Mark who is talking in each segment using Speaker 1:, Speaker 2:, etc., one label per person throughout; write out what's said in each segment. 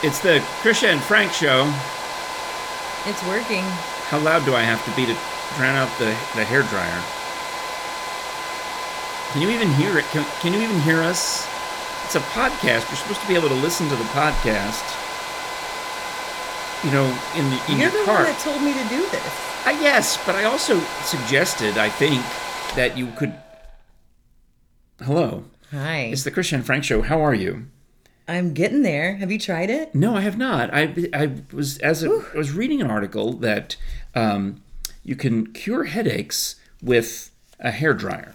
Speaker 1: It's the Krisha and Frank show.
Speaker 2: It's working.
Speaker 1: How loud do I have to be to drown out the, the hair dryer? Can you even hear it? Can, can you even hear us? It's a podcast. You're supposed to be able to listen to the podcast. You know, in the in
Speaker 2: You're
Speaker 1: your
Speaker 2: the
Speaker 1: car.
Speaker 2: one that told me to do this.
Speaker 1: Uh, yes, but I also suggested, I think, that you could. Hello,
Speaker 2: Hi.
Speaker 1: it's the Christian Frank Show. How are you?
Speaker 2: I'm getting there. Have you tried it?
Speaker 1: No, I have not. I I was as a, I was reading an article that um, you can cure headaches with a hair dryer,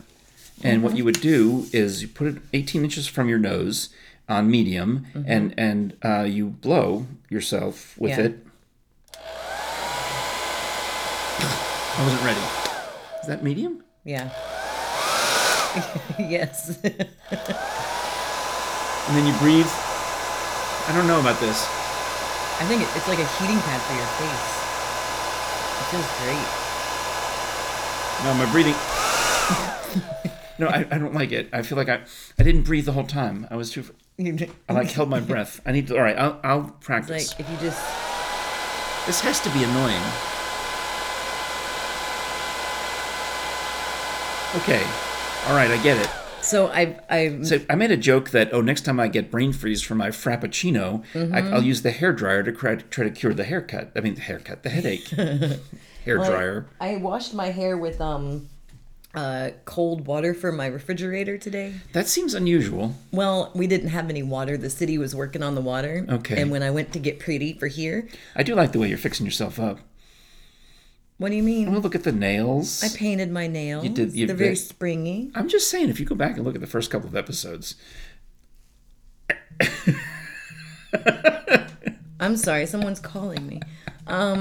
Speaker 1: and what you would do is you put it 18 inches from your nose on medium, and and uh, you blow yourself with
Speaker 2: Yeah.
Speaker 1: it. I wasn't ready. Is that medium?
Speaker 2: Yeah. yes.
Speaker 1: And then you breathe. I don't know about this.
Speaker 2: I think it, it's like a heating pad for your face. It feels great.
Speaker 1: No, my breathing. no, I, I don't like it. I feel like I I didn't breathe the whole time. I was too.
Speaker 2: You-
Speaker 1: I like held my breath. I need to. All right, I'll, I'll practice.
Speaker 2: Like if you just
Speaker 1: this has to be annoying. Okay. All right, I get it.
Speaker 2: so I I
Speaker 1: So I made a joke that oh, next time I get brain freeze from my frappuccino, I,
Speaker 2: Mm-hmm.
Speaker 1: I'll use the hair dryer to try, try to cure the haircut. I mean, the haircut, the headache. hair dryer.
Speaker 2: I washed my hair with um uh cold water from my refrigerator today.
Speaker 1: That seems unusual.
Speaker 2: Well, we didn't have any water. The city was working on the water.
Speaker 1: Okay.
Speaker 2: And when I went to get pretty for here,
Speaker 1: I do like the way you're fixing yourself up.
Speaker 2: what do you mean?
Speaker 1: Well, look at the nails.
Speaker 2: I painted my nails.
Speaker 1: did- you
Speaker 2: They're very
Speaker 1: did-
Speaker 2: springy.
Speaker 1: I'm just saying, if you go back and look at the first couple of episodes,
Speaker 2: I'm sorry, someone's calling me.
Speaker 1: I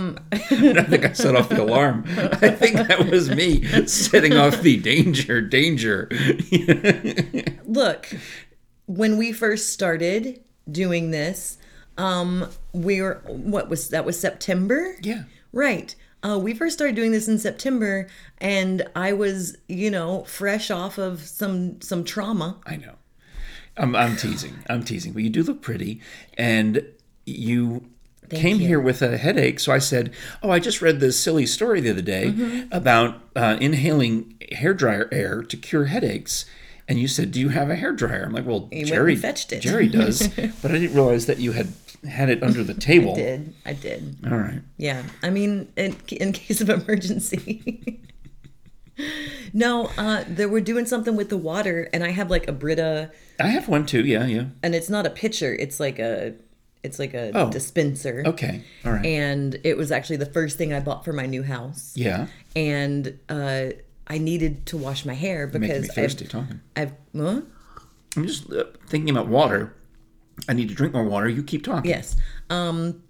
Speaker 1: think I set off the alarm. I think that was me setting off the danger, danger.
Speaker 2: Look, when we first started doing this, um, we were what was that was September?
Speaker 1: yeah.
Speaker 2: Right. Uh, we first started doing this in September, and I was, you know, fresh off of some some trauma.
Speaker 1: I know. I'm, I'm teasing. I'm teasing. But you do look pretty. And you came
Speaker 2: you.
Speaker 1: here with a headache. So I said, Oh, I just read this silly story the other day
Speaker 2: Mm-hmm.
Speaker 1: about uh, inhaling hairdryer air to cure headaches. And you said, Do you have a hairdryer? I'm like, Well,
Speaker 2: and
Speaker 1: Jerry,
Speaker 2: fetched it."
Speaker 1: Jerry does. but I didn't realize that you had had it under the table.
Speaker 2: I did I did?
Speaker 1: All right.
Speaker 2: Yeah, I mean, in, in case of emergency. no, uh, they were doing something with the water, and I have like a Brita,
Speaker 1: I have one too. Yeah, yeah.
Speaker 2: and it's not a pitcher; it's like a, it's like a
Speaker 1: Oh.
Speaker 2: dispenser.
Speaker 1: Okay. All right.
Speaker 2: And it was actually the first thing I bought for my new house,
Speaker 1: yeah.
Speaker 2: and uh, I needed to wash my hair
Speaker 1: Making
Speaker 2: because
Speaker 1: me thirsty talking.
Speaker 2: I've, I've huh?
Speaker 1: I'm just uh, thinking about water. I need to drink more water. You keep talking.
Speaker 2: Yes. Um,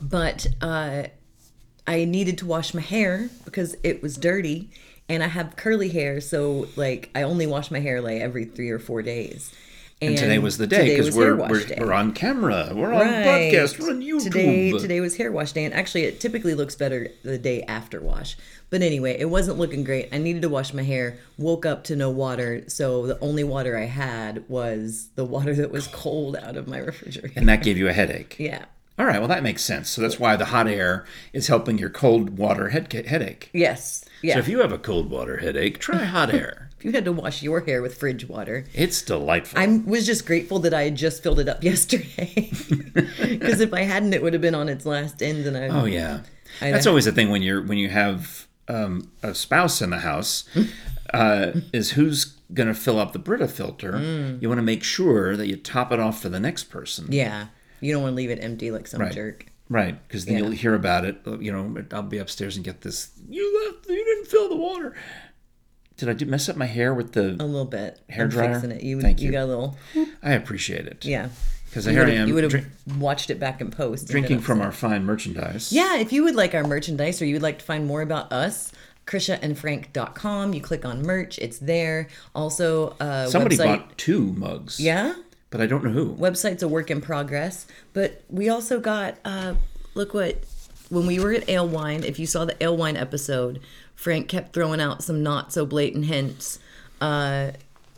Speaker 2: but uh, I needed to wash my hair because it was dirty and I have curly hair. So, like, I only wash my hair like every three or four days. And,
Speaker 1: Today was the day
Speaker 2: today
Speaker 1: because
Speaker 2: was
Speaker 1: we're,
Speaker 2: hair wash
Speaker 1: we're,
Speaker 2: day.
Speaker 1: we're on camera. We're on
Speaker 2: Right.
Speaker 1: podcast. We're on YouTube.
Speaker 2: Today, today was hair wash day, and actually, it typically looks better the day after wash. But anyway, it wasn't looking great. I needed to wash my hair. Woke up to no water, so the only water I had was the water that was cold out of my refrigerator.
Speaker 1: And that gave you a headache.
Speaker 2: Yeah,
Speaker 1: All right. Well, that makes sense. So that's why the hot air is helping your cold water head headache.
Speaker 2: yes, yeah.
Speaker 1: So if you have a cold water headache, try hot air.
Speaker 2: If you had to wash your hair with fridge water.
Speaker 1: It's delightful.
Speaker 2: I was just grateful that I had just filled it up yesterday. Because if I hadn't, it would have been on its last end. And I,
Speaker 1: Oh yeah, that's
Speaker 2: know.
Speaker 1: always the thing when you're when you have um, a spouse in the house, uh, is who's going to fill up the Brita filter? You want to make sure that you top it off for the next person,
Speaker 2: Mm. yeah, you don't want to leave it empty like some
Speaker 1: Right.
Speaker 2: jerk.
Speaker 1: right? Because then you'll hear about it. uh, You know, I'll be upstairs and get this. You left. You didn't fill the water. Did I do, mess up my hair with
Speaker 2: A
Speaker 1: the?
Speaker 2: little bit.
Speaker 1: Hair
Speaker 2: I'm
Speaker 1: dryer?
Speaker 2: fixing it. You,
Speaker 1: Thank
Speaker 2: you.
Speaker 1: you.
Speaker 2: got a little.
Speaker 1: I appreciate it.
Speaker 2: Yeah.
Speaker 1: because here I am
Speaker 2: you would have
Speaker 1: drink-
Speaker 2: watched it back in post. and been
Speaker 1: drinking from
Speaker 2: upset.
Speaker 1: our fine merchandise.
Speaker 2: Yeah, if you would like our merchandise or you would like to find more about us, KrishaandFrank.com. You click on merch, it's there. Also, uh,
Speaker 1: Somebody
Speaker 2: website.
Speaker 1: bought two mugs.
Speaker 2: yeah?
Speaker 1: But I don't know who.
Speaker 2: website's a work in progress but we also got uh look what when we were at Ale Wine, if you saw the Ale Wine episode, Frank kept throwing out some not so blatant hints uh,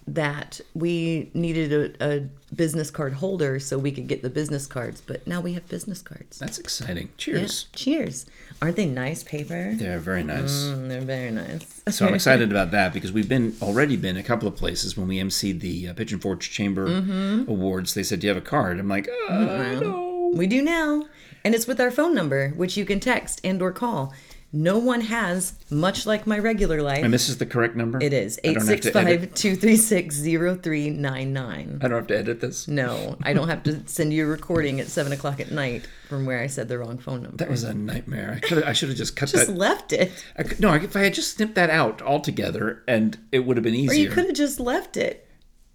Speaker 2: that we needed a, a business card holder so we could get the business cards. But now we have business cards.
Speaker 1: That's exciting.
Speaker 2: Yeah.
Speaker 1: Cheers.
Speaker 2: Cheers. Aren't they nice paper?
Speaker 1: They're very nice.
Speaker 2: Mm, they're very nice.
Speaker 1: So I'm excited about that because we've been already been a couple of places when we emceed the uh, Pitch and Forge Chamber
Speaker 2: Mm-hmm.
Speaker 1: Awards. They said, "Do you have a card?" I'm like, uh, "No."
Speaker 2: We do now, and it's with our phone number, which you can text and or call. No one has, much like my regular life.
Speaker 1: And this is the correct number.
Speaker 2: It is
Speaker 1: I don't have to edit-
Speaker 2: 865-236-0399.
Speaker 1: I don't have to edit this.
Speaker 2: No, I don't have to send you a recording at seven o'clock at night from where I said the wrong phone number.
Speaker 1: That was a nightmare. I could I should have just cut
Speaker 2: just
Speaker 1: that.
Speaker 2: left it.
Speaker 1: I could, no, if I had just snipped that out altogether, and it would have been
Speaker 2: Or you could
Speaker 1: easier
Speaker 2: have just left it.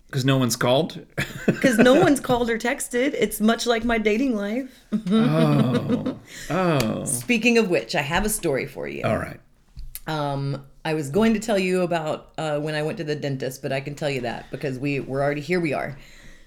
Speaker 1: because no one's called.
Speaker 2: Because no one's called or texted. It's much like my dating life.
Speaker 1: oh,
Speaker 2: Speaking of which, I have a story for you.
Speaker 1: all right.
Speaker 2: Um, I was going to tell you about uh, when I went to the dentist, but I can tell you that because we we're already here. We are.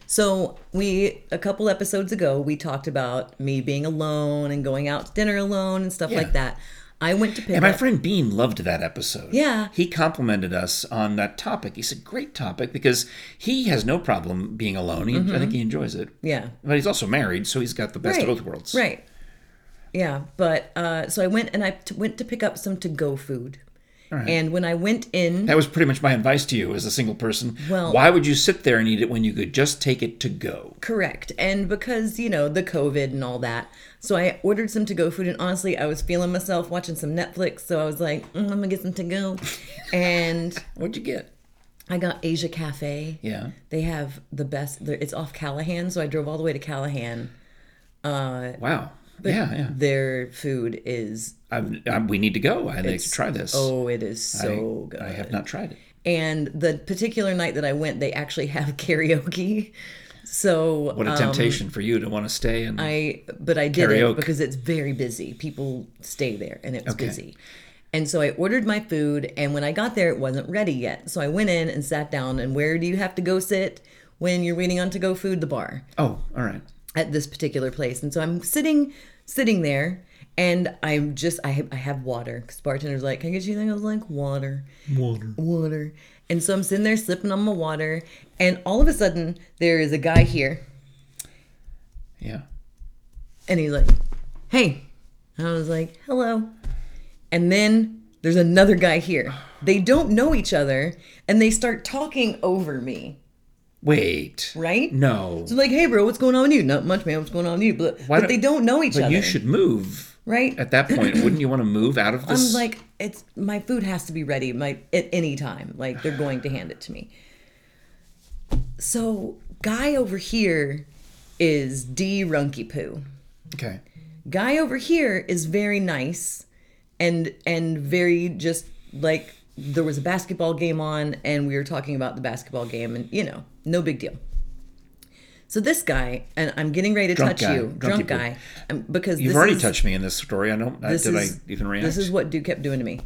Speaker 2: So we a couple episodes ago we talked about me being alone and going out to dinner alone and stuff
Speaker 1: Yeah.
Speaker 2: like that. I went to pick
Speaker 1: And my
Speaker 2: up.
Speaker 1: friend Bean loved that episode.
Speaker 2: Yeah.
Speaker 1: He complimented us on that topic. He said, great topic, because he has no problem being alone. He,
Speaker 2: Mm-hmm.
Speaker 1: I think he enjoys it.
Speaker 2: yeah,
Speaker 1: But he's also married, so he's got the best
Speaker 2: right.
Speaker 1: of both worlds.
Speaker 2: Right. Yeah, but uh, so I went and I t- went to pick up some to go food, and when I went in,
Speaker 1: That was pretty much my advice to you as a single person.
Speaker 2: Well-
Speaker 1: Why would you sit there and eat it when you could just take it to go?
Speaker 2: Correct. And because, you know, the COVID and all that. So I ordered some to go food. And honestly, I was feeling myself watching some Netflix. So I was like, mm, I'm going to get some to go. and
Speaker 1: What'd you get?
Speaker 2: I got Asia Cafe.
Speaker 1: Yeah.
Speaker 2: They have the best, they're- it's off Callahan. So I drove all the way to Callahan. Uh,
Speaker 1: Wow. yeah, yeah.
Speaker 2: Their food is,
Speaker 1: I'm, i we need to go. I need to try this.
Speaker 2: oh, it is so good.
Speaker 1: I have not tried it.
Speaker 2: and the particular night that I went, they actually have karaoke. So
Speaker 1: What a temptation for you to want to stay and
Speaker 2: Um, I but I did
Speaker 1: Karaoke.
Speaker 2: it because it's very busy. People stay there and it was busy. And so I ordered my food and when I got there it wasn't ready yet. So I went in and sat down and where do you have to go sit when you're waiting on to go food the bar
Speaker 1: Oh, all right.
Speaker 2: at this particular place. And so I'm sitting sitting there and I'm just I have, I have water because bartender's like, "Can I get you anything?" I was like, "Water."
Speaker 1: Water.
Speaker 2: water. And so I'm sitting there slipping on my water, and all of a sudden there is a guy here,
Speaker 1: Yeah.
Speaker 2: and he's like, "Hey," and I was like, "Hello," and then there's another guy here. They don't know each other, and they start talking over me,
Speaker 1: Wait.
Speaker 2: right?
Speaker 1: No.
Speaker 2: So I'm like, "Hey, bro, what's going on with you?" Not much, man. What's going on with you? But, but
Speaker 1: don't-
Speaker 2: they don't know each
Speaker 1: But
Speaker 2: other,
Speaker 1: you should move.
Speaker 2: right?
Speaker 1: At that point, wouldn't you want to move out of
Speaker 2: I'm
Speaker 1: this?
Speaker 2: like, it's my food has to be ready my at any time. Like they're going to hand it to me. So guy over here is D Runky Poo.
Speaker 1: okay.
Speaker 2: Guy over here is very nice and and very just like there was a basketball game on and we were talking about the basketball game and you know, no big deal. So this guy, and I'm getting ready to
Speaker 1: Drunk
Speaker 2: touch
Speaker 1: guy,
Speaker 2: you,
Speaker 1: Drunky
Speaker 2: drunk
Speaker 1: Poo.
Speaker 2: guy, um, because
Speaker 1: You've
Speaker 2: this
Speaker 1: already
Speaker 2: is-
Speaker 1: touched me in this story. I don't. I,
Speaker 2: This
Speaker 1: did
Speaker 2: is-
Speaker 1: I even react
Speaker 2: This is what dude kept doing to me.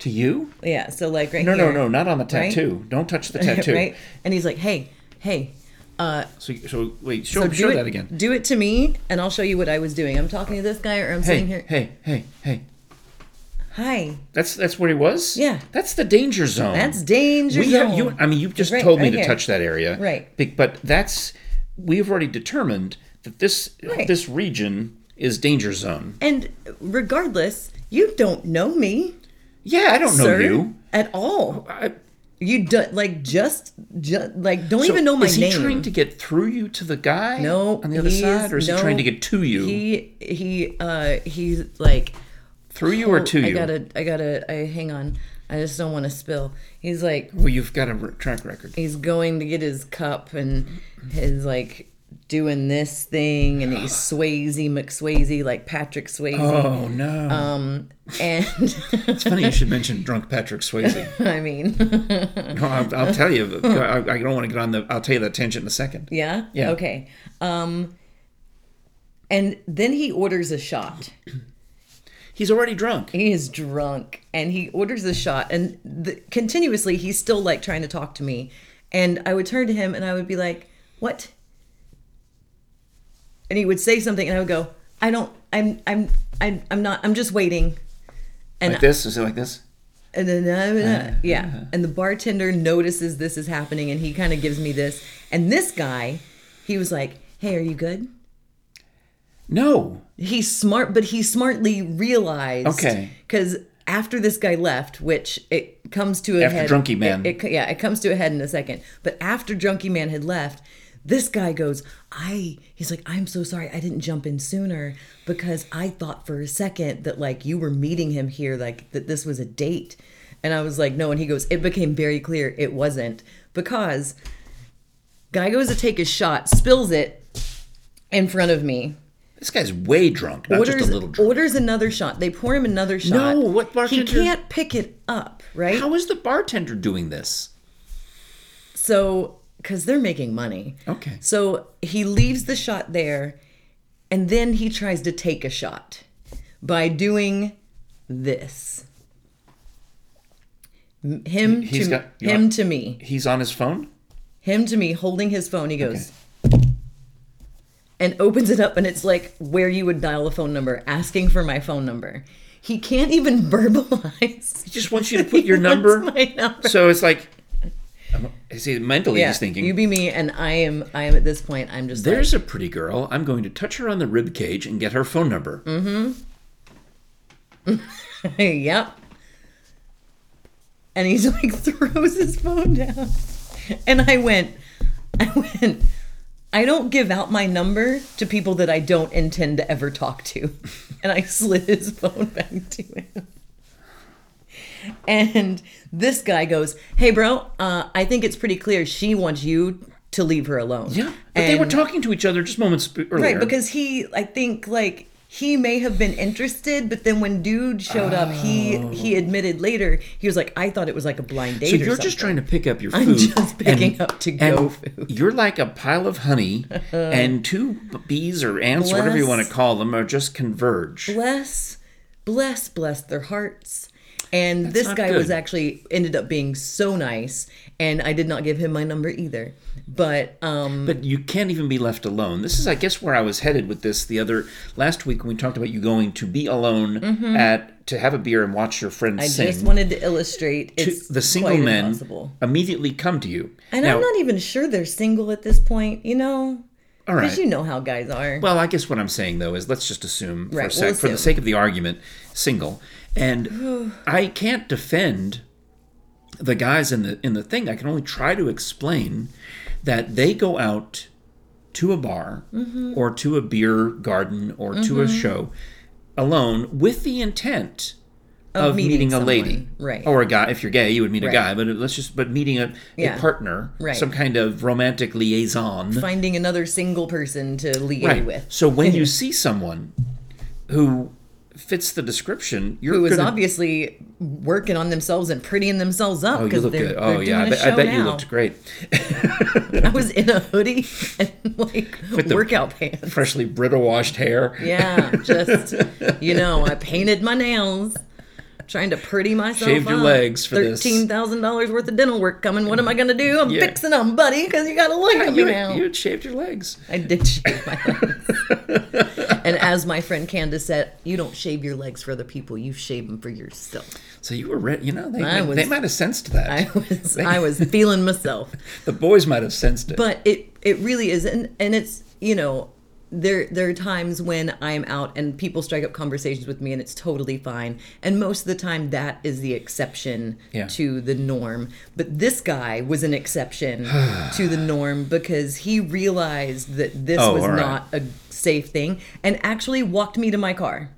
Speaker 1: to you?
Speaker 2: Yeah, so like right
Speaker 1: No,
Speaker 2: here.
Speaker 1: no, no. Not on the
Speaker 2: right?
Speaker 1: tattoo. Don't touch the tattoo.
Speaker 2: right? And he's like, "Hey, hey, uh,
Speaker 1: So, you- so wait. Show,
Speaker 2: so do
Speaker 1: show
Speaker 2: it,
Speaker 1: that again.
Speaker 2: Do it to me, and I'll show you what I was doing. I'm talking to this guy, or I'm
Speaker 1: Hey,
Speaker 2: sitting here.
Speaker 1: hey, hey, hey.
Speaker 2: Hi,
Speaker 1: That's that's where he was.
Speaker 2: Yeah.
Speaker 1: That's the danger zone.
Speaker 2: that's danger
Speaker 1: we
Speaker 2: zone.
Speaker 1: have you. I mean, you've just
Speaker 2: Right,
Speaker 1: told me
Speaker 2: right
Speaker 1: to
Speaker 2: here.
Speaker 1: touch that area.
Speaker 2: Right.
Speaker 1: Be- But that's we've already determined that this
Speaker 2: Right.
Speaker 1: this region is danger zone.
Speaker 2: and regardless, you don't know me,
Speaker 1: Yeah, I don't know
Speaker 2: sir,
Speaker 1: you.
Speaker 2: at all.
Speaker 1: I,
Speaker 2: You do, like just, just like don't
Speaker 1: So
Speaker 2: even know my
Speaker 1: is he
Speaker 2: name.
Speaker 1: trying to get through you to the guy?
Speaker 2: No,
Speaker 1: on the other
Speaker 2: he's-
Speaker 1: side, or is
Speaker 2: no,
Speaker 1: he trying to get to you,
Speaker 2: He he uh he's like
Speaker 1: through you, or
Speaker 2: oh,
Speaker 1: to
Speaker 2: I
Speaker 1: you?
Speaker 2: gotta I gotta I hang on. I just don't want to spill. He's like
Speaker 1: well, you've got a re- track record.
Speaker 2: he's going to get his cup and his like doing this thing and he's Swayze McSwayze like Patrick Swayze um,
Speaker 1: Oh no!
Speaker 2: and
Speaker 1: it's funny you should mention drunk Patrick Swayze.
Speaker 2: I mean
Speaker 1: No, I'll, I'll tell you. I, I don't want to get on the. I'll tell you that tangent in a second.
Speaker 2: yeah
Speaker 1: Yeah.
Speaker 2: okay um and then he orders a shot
Speaker 1: He's already drunk.
Speaker 2: he is drunk and he orders a shot and the, continuously he's still like trying to talk to me and i would turn to him and i would be like what and he would say something and i would go i don't i'm i'm I, I'm not. I'm just waiting.
Speaker 1: Like this? Is it like this?
Speaker 2: And then, uh, uh, yeah. And the bartender notices this is happening and he kind of gives me this. And this guy, he was like, Hey, are you good?
Speaker 1: No.
Speaker 2: He's smart, but he smartly realized.
Speaker 1: Okay.
Speaker 2: Because after this guy left, which it comes to a
Speaker 1: After
Speaker 2: head.
Speaker 1: Drunky Man.
Speaker 2: It, it- yeah, it comes to a head in a second. But after Drunky Man had left, this guy goes, I, he's like, I'm so sorry I didn't jump in sooner because I thought for a second that like you were meeting him here, like that this was a date. And I was like, no. And he goes, it became very clear it wasn't because guy goes to take his shot, spills it in front of me.
Speaker 1: This guy's way drunk, not
Speaker 2: Orders,
Speaker 1: just a little drunk.
Speaker 2: orders another shot. They pour him another shot.
Speaker 1: what
Speaker 2: He
Speaker 1: bartender-
Speaker 2: can't pick it up, right?
Speaker 1: How is the bartender doing this?
Speaker 2: So, because they're making money.
Speaker 1: Okay.
Speaker 2: So he leaves the shot there and then he tries to take a shot by doing this. M- Him
Speaker 1: He's
Speaker 2: to
Speaker 1: got- you
Speaker 2: him
Speaker 1: want-
Speaker 2: to me.
Speaker 1: He's on his phone?
Speaker 2: Him to me holding his phone. He goes and opens it up and it's like where you would dial a phone number asking for my phone number. He can't even verbalize
Speaker 1: He just wants you to put your
Speaker 2: what's
Speaker 1: number.
Speaker 2: my number.
Speaker 1: So it's like, see, mentally he's thinking,
Speaker 2: You be me, and I am. I am at this point. I'm just like,
Speaker 1: there's a pretty girl. I'm going to touch her on the rib cage and get her phone number.
Speaker 2: yep. And he's like throws his phone down, and I went, I went. I don't give out my number to people that I don't intend to ever talk to, and I slid his phone back to him. And this guy goes, "Hey, bro, uh, I think it's pretty clear she wants you to leave her alone."
Speaker 1: Yeah. But they were
Speaker 2: And-
Speaker 1: talking to each other just moments b- earlier.
Speaker 2: Right, because he, I think, like he may have been interested, but then when dude showed up, he he admitted later he was like, I thought it was like a blind date.
Speaker 1: Oh. So
Speaker 2: or
Speaker 1: you're just
Speaker 2: something."
Speaker 1: trying to pick up your food.
Speaker 2: I'm just picking up to-go
Speaker 1: and You're like a pile of honey, and two b- bees or ants, whatever you want to
Speaker 2: Bless.
Speaker 1: call them, are just converge.
Speaker 2: bless, bless, bless their hearts. And this
Speaker 1: not
Speaker 2: guy was
Speaker 1: good.
Speaker 2: actually ended up being so nice, and I did not give him my number either. But um,
Speaker 1: But you can't even be left alone. This is, I guess, where I was headed with this the other last week when we talked about you going to be alone at to have a beer and watch your friends
Speaker 2: Mm-hmm. I
Speaker 1: sing.
Speaker 2: just wanted to illustrate it's
Speaker 1: the single
Speaker 2: quite
Speaker 1: men
Speaker 2: impossible.
Speaker 1: immediately come to you.
Speaker 2: And
Speaker 1: now,
Speaker 2: I'm not even sure they're single at this point, you know,
Speaker 1: all
Speaker 2: because
Speaker 1: right.
Speaker 2: you know how guys are.
Speaker 1: Well, I guess what I'm saying though is let's just assume for a
Speaker 2: Right,
Speaker 1: sec,
Speaker 2: we'll
Speaker 1: for the
Speaker 2: assume.
Speaker 1: sake of the argument, single. And I can't defend the guys in the in the thing. I can only try to explain that they go out to a bar
Speaker 2: Mm-hmm.
Speaker 1: or to a beer garden or to a show alone with the intent of, meeting,
Speaker 2: meeting
Speaker 1: a lady,
Speaker 2: someone, right.
Speaker 1: Or a guy. If you're gay, you would meet a
Speaker 2: Right.
Speaker 1: guy. But let's just but meeting a,
Speaker 2: Yeah.
Speaker 1: a partner,
Speaker 2: Right.
Speaker 1: some kind of romantic liaison
Speaker 2: finding another single person to liaise
Speaker 1: right.
Speaker 2: with
Speaker 1: So when you see someone who fits the description, you're
Speaker 2: who is
Speaker 1: gonna,
Speaker 2: obviously working on themselves and prettying themselves up
Speaker 1: Oh, you
Speaker 2: because
Speaker 1: look
Speaker 2: they're,
Speaker 1: good.
Speaker 2: they're
Speaker 1: Oh yeah, I,
Speaker 2: doing
Speaker 1: bet-
Speaker 2: a
Speaker 1: I
Speaker 2: show
Speaker 1: bet
Speaker 2: now.
Speaker 1: you looked great.
Speaker 2: I was in a hoodie and like
Speaker 1: the-
Speaker 2: workout pants.
Speaker 1: Freshly brittle washed hair.
Speaker 2: Yeah, just you know, I painted my nails, trying to pretty myself.
Speaker 1: Shaved your
Speaker 2: up.
Speaker 1: legs for this.
Speaker 2: thirteen thousand dollars worth of dental work coming. What am I gonna do? I'm
Speaker 1: Yeah.
Speaker 2: fixing them, buddy, because you gotta look at me
Speaker 1: You,
Speaker 2: now.
Speaker 1: you had shaved your legs.
Speaker 2: I did shave my legs. and as my friend Candace said, you don't shave your legs for other people; you shave them for yourself.
Speaker 1: So you were, re- you know, they,
Speaker 2: I was-
Speaker 1: they might have sensed that.
Speaker 2: I was I was feeling myself.
Speaker 1: the boys might have sensed it.
Speaker 2: But it it really is and and it's you know there there are times when I'm out and people strike up conversations with me and it's totally fine. And most of the time that is the exception
Speaker 1: Yeah.
Speaker 2: to the norm. But this guy was an exception to the norm because he realized that this
Speaker 1: Oh,
Speaker 2: was
Speaker 1: all right.
Speaker 2: not a safe thing and actually walked me to my car.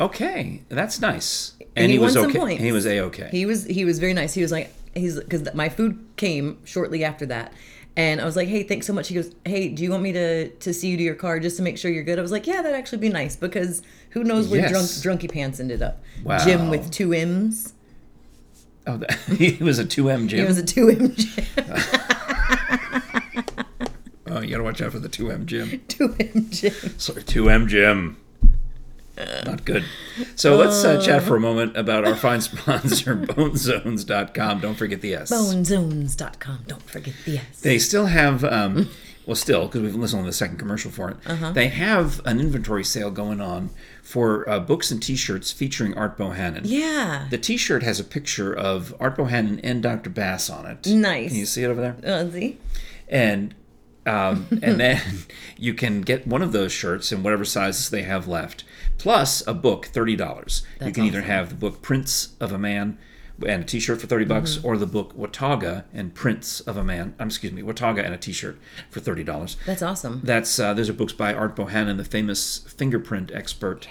Speaker 1: okay, that's nice. And
Speaker 2: he
Speaker 1: he, was
Speaker 2: won some
Speaker 1: okay.
Speaker 2: points.
Speaker 1: He was a okay.
Speaker 2: He was he was very nice. He was like he's because my food came shortly after that, and I was like, hey, thanks so much. He goes, hey, do you want me to to see you to your car just to make sure you're good? I was like, yeah, that'd actually be nice because who knows where
Speaker 1: Yes.
Speaker 2: drunk drunky pants ended up.
Speaker 1: Wow.
Speaker 2: Jim with two M's.
Speaker 1: oh, that, he was a two M
Speaker 2: It
Speaker 1: Jim.
Speaker 2: was a two M Jim.
Speaker 1: oh, you gotta watch out for the two M Jim.
Speaker 2: two M Jim.
Speaker 1: Sorry, two M Jim. Not good. So let's uh, chat for a moment about our fine sponsor, BoneZones.com. Don't forget the S.
Speaker 2: Bonezones.com. Don't forget the S.
Speaker 1: They still have, um,
Speaker 2: Uh-huh.
Speaker 1: well, still because we've listened to the second commercial for it. They have an inventory sale going on for uh, books and T-shirts featuring Art Bohannon.
Speaker 2: Yeah.
Speaker 1: The T-shirt has a picture of Art Bohannon and Dr. Bass on it.
Speaker 2: Nice.
Speaker 1: Can you see it over there?
Speaker 2: Uh, see?
Speaker 1: and um, and then you can get one of those shirts in whatever sizes they have left, plus a book, thirty dollars. You
Speaker 2: That's
Speaker 1: can either
Speaker 2: awesome.
Speaker 1: have the book Prince of a Man and a T-shirt for thirty bucks,
Speaker 2: Mm-hmm.
Speaker 1: or the book Watauga and Prince of a Man. Um, excuse me, Watauga and a T-shirt for thirty dollars.
Speaker 2: That's awesome.
Speaker 1: That's uh, those are books by Art Bohannon, the famous fingerprint expert,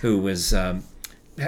Speaker 1: who was. Um,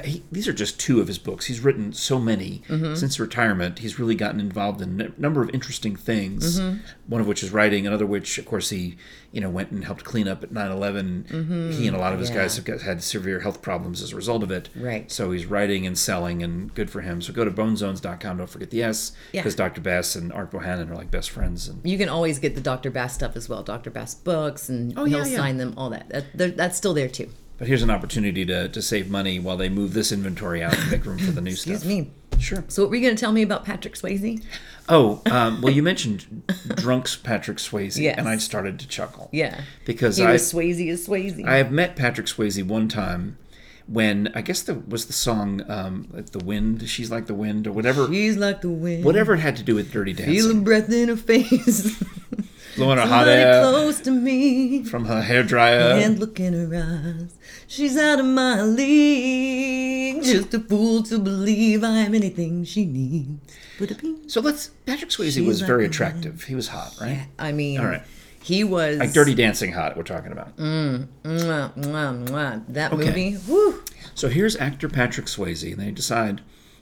Speaker 1: he, these are just two of his books. He's written so many
Speaker 2: Mm-hmm.
Speaker 1: since retirement. He's really gotten involved in a number of interesting things.
Speaker 2: Mm-hmm.
Speaker 1: One of which is writing. Another which, of course, he you know went and helped clean up at 9/11. He and a lot of his
Speaker 2: Mm-hmm. Yeah.
Speaker 1: guys have got, had severe health problems as a result of it.
Speaker 2: Right.
Speaker 1: So he's writing and selling, and good for him. So go to bonezones.com. Don't forget the S,
Speaker 2: Yeah.
Speaker 1: because Dr. Bass and Art Bohannon are like best friends. And
Speaker 2: You can always get the Dr. Bass stuff as well. Dr. Bass books, and
Speaker 1: Oh,
Speaker 2: he'll
Speaker 1: yeah, yeah.
Speaker 2: sign them, all that. that they're- that's still there too.
Speaker 1: But here's an opportunity to, to save money while they move this inventory out and make room for the new stuff.
Speaker 2: Excuse me.
Speaker 1: Sure.
Speaker 2: So, what were you going to tell me about Patrick Swayze?
Speaker 1: Oh, um, well, you mentioned drunks Patrick Swayze,
Speaker 2: Yes.
Speaker 1: and I started to chuckle.
Speaker 2: Yeah.
Speaker 1: Because
Speaker 2: He
Speaker 1: I,
Speaker 2: was Swayze is Swayze.
Speaker 1: I have met Patrick Swayze one time when I guess that was the song um, like The Wind, She's Like the Wind, or whatever.
Speaker 2: She's like the wind.
Speaker 1: Whatever it had to do with dirty dancing,
Speaker 2: Feel a breath in her face.
Speaker 1: blowing a hot
Speaker 2: Somebody
Speaker 1: air
Speaker 2: close to me.
Speaker 1: from her hairdryer.
Speaker 2: And look in her eyes. She's out of my league. Just a fool to believe I am anything she needs. But a pink.
Speaker 1: so let's. Patrick Swayze
Speaker 2: She's
Speaker 1: was
Speaker 2: like
Speaker 1: very
Speaker 2: the wind.
Speaker 1: attractive. He was hot, right?
Speaker 2: I mean,
Speaker 1: All right.
Speaker 2: he was
Speaker 1: Like Dirty Dancing hot. We're talking about.
Speaker 2: Mwah, mwah, mwah. That
Speaker 1: Okay.
Speaker 2: movie. Woo.
Speaker 1: So here's actor Patrick Swayze, and they decide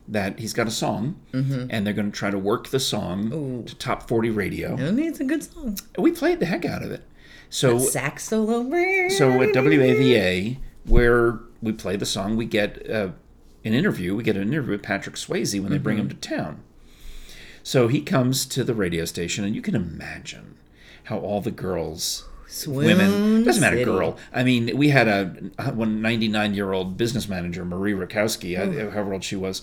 Speaker 1: that he's got a song, and they're going to try to work the song to top 40 radio.
Speaker 2: I mean, it's a good song.
Speaker 1: And we played the heck out of it. So,
Speaker 2: Sax solo.
Speaker 1: so at WAVA, where we play the song, we get uh, an interview. We get an interview with Patrick Swayze when they bring him to town. So he comes to the radio station, and you can imagine how all the girls women.
Speaker 2: Swoon
Speaker 1: Doesn't matter,
Speaker 2: Mm-hmm. City.
Speaker 1: girl. I mean, we had a one 99 year old business manager, Marie Rakowski, I-
Speaker 2: Mm.
Speaker 1: however old she was.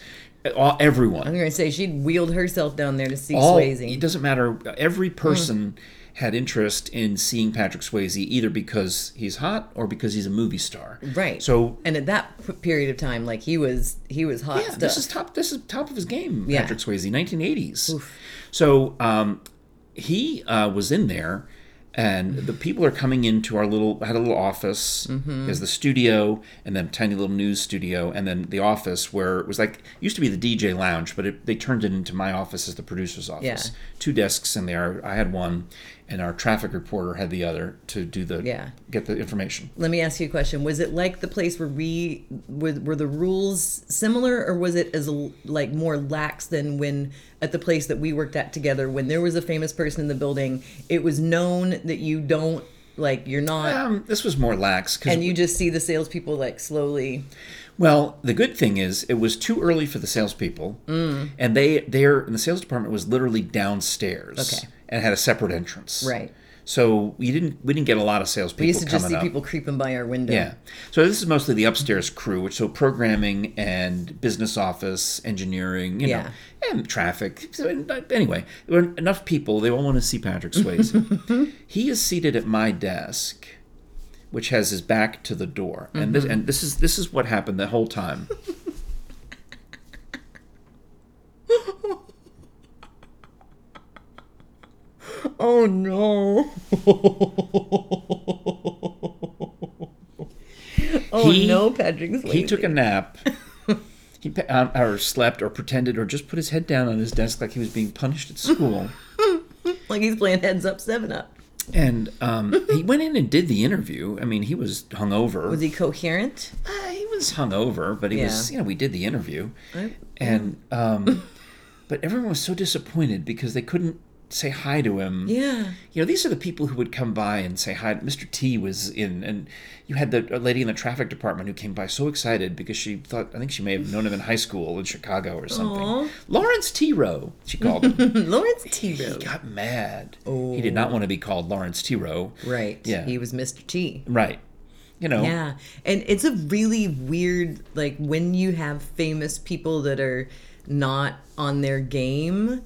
Speaker 1: All,
Speaker 2: I'm
Speaker 1: everyone,
Speaker 2: going to say she wheeled herself down there to see
Speaker 1: all
Speaker 2: Swayze. Mm.
Speaker 1: it doesn't matter. Every person had interest in seeing Patrick Swayze either because he's hot or because he's a movie star.
Speaker 2: Right.
Speaker 1: So
Speaker 2: and at that p- period of time, like he was, he was hot
Speaker 1: yeah,
Speaker 2: stuff.
Speaker 1: this is top. This is top of his game,
Speaker 2: Yeah.
Speaker 1: Patrick Swayze, 1980s. So um, he uh, was in there, and the people are coming into our little had a little office.
Speaker 2: Mm-hmm.
Speaker 1: There's the studio, and then tiny little news studio, and then the office where it was like used to be the DJ lounge, but it, they turned it into my office as the producer's office.
Speaker 2: Yeah.
Speaker 1: Two desks in there. I had one, and our traffic reporter had the other to do the
Speaker 2: Yeah.
Speaker 1: get the information.
Speaker 2: Let me ask you a question. Was it like the place where we were, were the rules similar, or was it as l- like more lax than when at the place that we worked at together? When there was a famous person in the building, it was known that you don't like you're not,
Speaker 1: Um, this was more lax because
Speaker 2: and you just see the salespeople like slowly.
Speaker 1: Well, the good thing is it was too early for the salespeople,
Speaker 2: Mm.
Speaker 1: and they there and the sales department was literally downstairs,
Speaker 2: Okay.
Speaker 1: and had a separate entrance,
Speaker 2: Right.
Speaker 1: So we didn't we didn't get a lot of salespeople
Speaker 2: We used to just
Speaker 1: coming
Speaker 2: see
Speaker 1: up.
Speaker 2: people creeping by our window.
Speaker 1: Yeah. So this is mostly the upstairs crew, which so programming and business office, engineering, you know,
Speaker 2: Yeah.
Speaker 1: and traffic. So en- anyway, there were enough people. They all want to see Patrick Swayze. he is seated at my desk, which has his back to the door, and
Speaker 2: Mm-hmm.
Speaker 1: this and this is this is what happened the whole time.
Speaker 2: Oh no. oh
Speaker 1: He-
Speaker 2: no, Patrick Swayze.
Speaker 1: He took a nap. He pa- um, or slept or pretended or just put his head down on his desk like he was being punished at school.
Speaker 2: like he's playing heads up, seven up.
Speaker 1: and um, he went in and did the interview. I mean, he was hungover.
Speaker 2: Was he coherent?
Speaker 1: Uh, he was hungover, but he was,
Speaker 2: Yeah.
Speaker 1: you know, we did the interview.
Speaker 2: I-
Speaker 1: And, um, but everyone was so disappointed because they couldn't say hi to him.
Speaker 2: Yeah.
Speaker 1: You know, these are the people who would come by and say hi. Mr. T was in, and you had the a lady in the traffic department who came by so excited because she thought, I think she may have known him in high school in Chicago or something.
Speaker 2: Aw.
Speaker 1: Lawrence T. Rowe, she called him.
Speaker 2: Lawrence T.
Speaker 1: he
Speaker 2: Rowe.
Speaker 1: got mad. He did not want to be called Lawrence T. Rowe.
Speaker 2: Right.
Speaker 1: Yeah.
Speaker 2: He was Mr. T.
Speaker 1: Right. You know,
Speaker 2: Yeah. And it's a really weird, like, when you have famous people that are not on their game,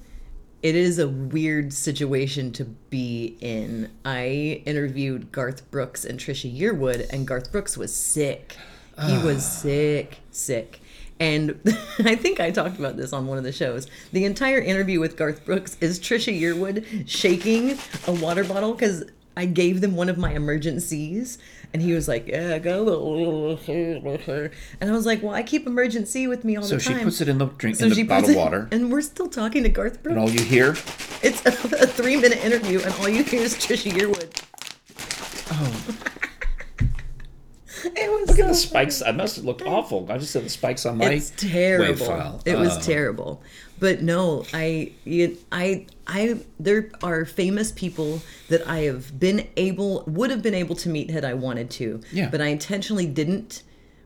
Speaker 2: it is a weird situation to be in. I interviewed Garth Brooks and Trisha Yearwood, and Garth Brooks was sick. He was sick, sick. And I think I talked about this on one of the shows. The entire interview with Garth Brooks is Trisha Yearwood shaking a water bottle because I gave them one of my emergencies, and he was like, "Yeah, go." And I was like, "Well, I keep emergency with me all
Speaker 1: So
Speaker 2: the time."
Speaker 1: she puts it in the drink
Speaker 2: So
Speaker 1: in
Speaker 2: she
Speaker 1: the
Speaker 2: puts
Speaker 1: bottle
Speaker 2: it-
Speaker 1: water,
Speaker 2: and we're still talking to Garth Brooks.
Speaker 1: and all you hear,
Speaker 2: It's a, a three minute interview, and all you hear is Trisha Yearwood. Oh. it was so
Speaker 1: the spikes. I must have looked awful. I just said the spikes on my
Speaker 2: it's terrible.
Speaker 1: wave file.
Speaker 2: It was
Speaker 1: Oh.
Speaker 2: terrible. But no, I, you, I, I. There are famous people that I have been able, would have been able to meet had I wanted to.
Speaker 1: Yeah.
Speaker 2: But I intentionally didn't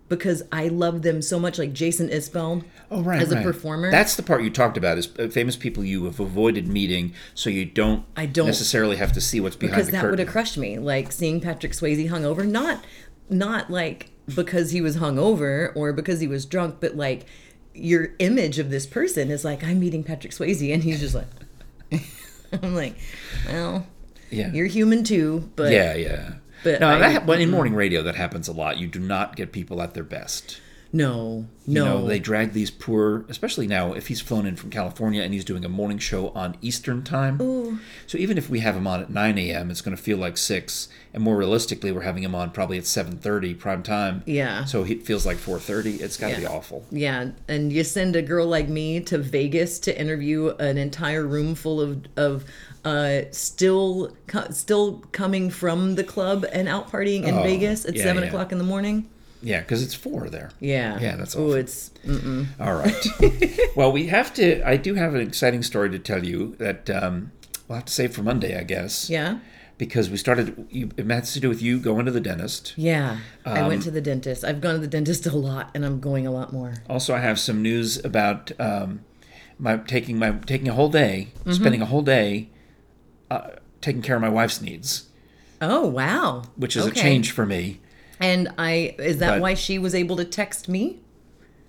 Speaker 2: because I love them so much. Like Jason Isbell.
Speaker 1: Oh right,
Speaker 2: As a
Speaker 1: right.
Speaker 2: performer.
Speaker 1: That's the part you talked about is uh, famous people you have avoided meeting, so you don't.
Speaker 2: I don't-
Speaker 1: necessarily have to see what's behind
Speaker 2: because
Speaker 1: the
Speaker 2: that would
Speaker 1: curtain.
Speaker 2: have crushed me. Like seeing Patrick Swayze hungover, not not like because he was hungover or because he was drunk, but like your image of this person is like I'm meeting Patrick Swayze, and he's just like, I'm like, well,
Speaker 1: yeah.
Speaker 2: you're human too, but
Speaker 1: yeah, yeah.
Speaker 2: but
Speaker 1: no,
Speaker 2: I- Mm-hmm.
Speaker 1: that, well, in morning radio, that happens a lot. You do not get people at their best.
Speaker 2: no,
Speaker 1: You
Speaker 2: no,
Speaker 1: know, they drag these poor, especially now if he's flown in from California and he's doing a morning show on Eastern time. So even if we have him on at 9 a.m., it's going to feel like 6. And more realistically, we're having him on probably at 7.30 prime time.
Speaker 2: Yeah.
Speaker 1: So he- it feels like 4.30. It's got to be
Speaker 2: Yeah.
Speaker 1: awful.
Speaker 2: Yeah, and you send a girl like me to Vegas to interview an entire room full of of uh, still co- still coming from the club and out partying in
Speaker 1: Oh,
Speaker 2: Vegas at
Speaker 1: yeah,
Speaker 2: seven
Speaker 1: yeah.
Speaker 2: o'clock in the morning.
Speaker 1: Yeah, because it's 4 there.
Speaker 2: Yeah,
Speaker 1: Yeah, that's
Speaker 2: oh,
Speaker 1: awful.
Speaker 2: it's
Speaker 1: All right. well, we have to, I do have an exciting story to tell you that um, we'll have to save for Monday, I guess.
Speaker 2: yeah,
Speaker 1: Because we started, you, it has to do with you going to the dentist.
Speaker 2: yeah. I
Speaker 1: Um,
Speaker 2: went to the dentist. I've gone to the dentist a lot, and I'm going a lot more.
Speaker 1: Also, I have some news about um, my taking my taking a whole day,
Speaker 2: Mm-hmm.
Speaker 1: spending a whole day uh, taking care of my wife's needs,
Speaker 2: Oh wow,
Speaker 1: which is
Speaker 2: Okay.
Speaker 1: a change for me.
Speaker 2: And I is that
Speaker 1: But-
Speaker 2: why she was able to text me?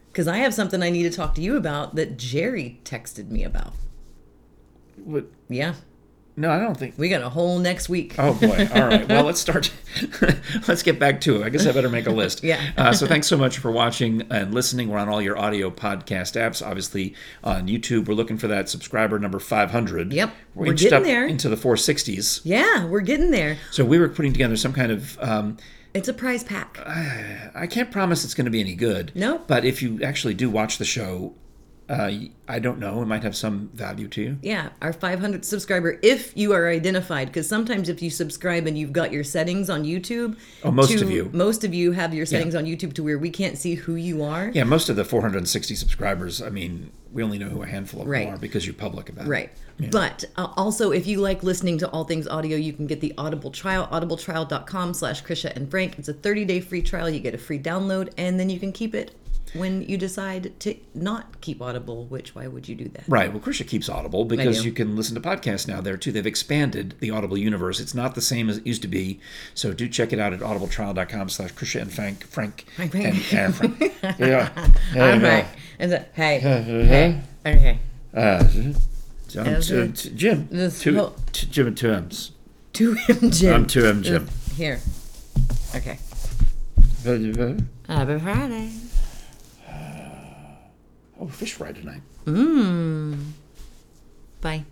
Speaker 2: Because I have something I need to talk to you about that Jerry texted me about.
Speaker 1: What-
Speaker 2: Yeah.
Speaker 1: No, I don't think.
Speaker 2: We got a whole next week.
Speaker 1: Oh boy! All right. Well, let's start. let's get back to it. I guess I better make a list.
Speaker 2: Yeah.
Speaker 1: Uh, so thanks so much for watching and listening. We're on all your audio podcast apps. Obviously on YouTube, we're looking for that subscriber number five hundred.
Speaker 2: Yep.
Speaker 1: We're,
Speaker 2: We're
Speaker 1: inched
Speaker 2: getting
Speaker 1: up
Speaker 2: there.
Speaker 1: into the four sixties.
Speaker 2: Yeah, we're getting there.
Speaker 1: So we were putting together some kind of. Um,
Speaker 2: It's a prize pack.
Speaker 1: I can't promise it's going to be any good.
Speaker 2: No.
Speaker 1: But if you actually do watch the show, uh, I don't know. It might have some value to you.
Speaker 2: yeah, our 500th subscriber, if you are identified, because sometimes if you subscribe and you've got your settings on YouTube,
Speaker 1: Oh, most
Speaker 2: to-
Speaker 1: of you.
Speaker 2: most of you have your settings on YouTube to where we can't see who you are.
Speaker 1: Yeah, most of the 460 subscribers, I mean, we only know who a handful of
Speaker 2: Right.
Speaker 1: them are because you're public about it.
Speaker 2: Right. But uh, also, if you like listening to all things audio, you can get the Audible trial, audibletrial.com slash Krisha and Frank. It's a 30-day free trial. You get a free download, and then you can keep it when you decide to not keep Audible, which why would you do that?
Speaker 1: Right. Well, Krisha keeps Audible
Speaker 2: do.
Speaker 1: because you can listen to podcasts now there too. They've expanded the Audible universe. It's not the same as it used to be. So do check it out at audibletrial.com slash Krisha and Frank. Frank.
Speaker 2: Frank,
Speaker 1: And,
Speaker 2: Frank.
Speaker 1: and Frank. yeah.
Speaker 2: I'm right. And so, hey, hey, okay.
Speaker 1: Uh, so I'm
Speaker 2: And
Speaker 1: two-
Speaker 2: the-
Speaker 1: two- uh, Jim.
Speaker 2: this
Speaker 1: Two,
Speaker 2: whole-
Speaker 1: two, Jim and two M's.
Speaker 2: Two M Jim.
Speaker 1: I'm two M Jim.
Speaker 2: Here. Okay.
Speaker 1: Oh,
Speaker 2: Happy Friday.
Speaker 1: Oh, fish fry tonight.
Speaker 2: Bye.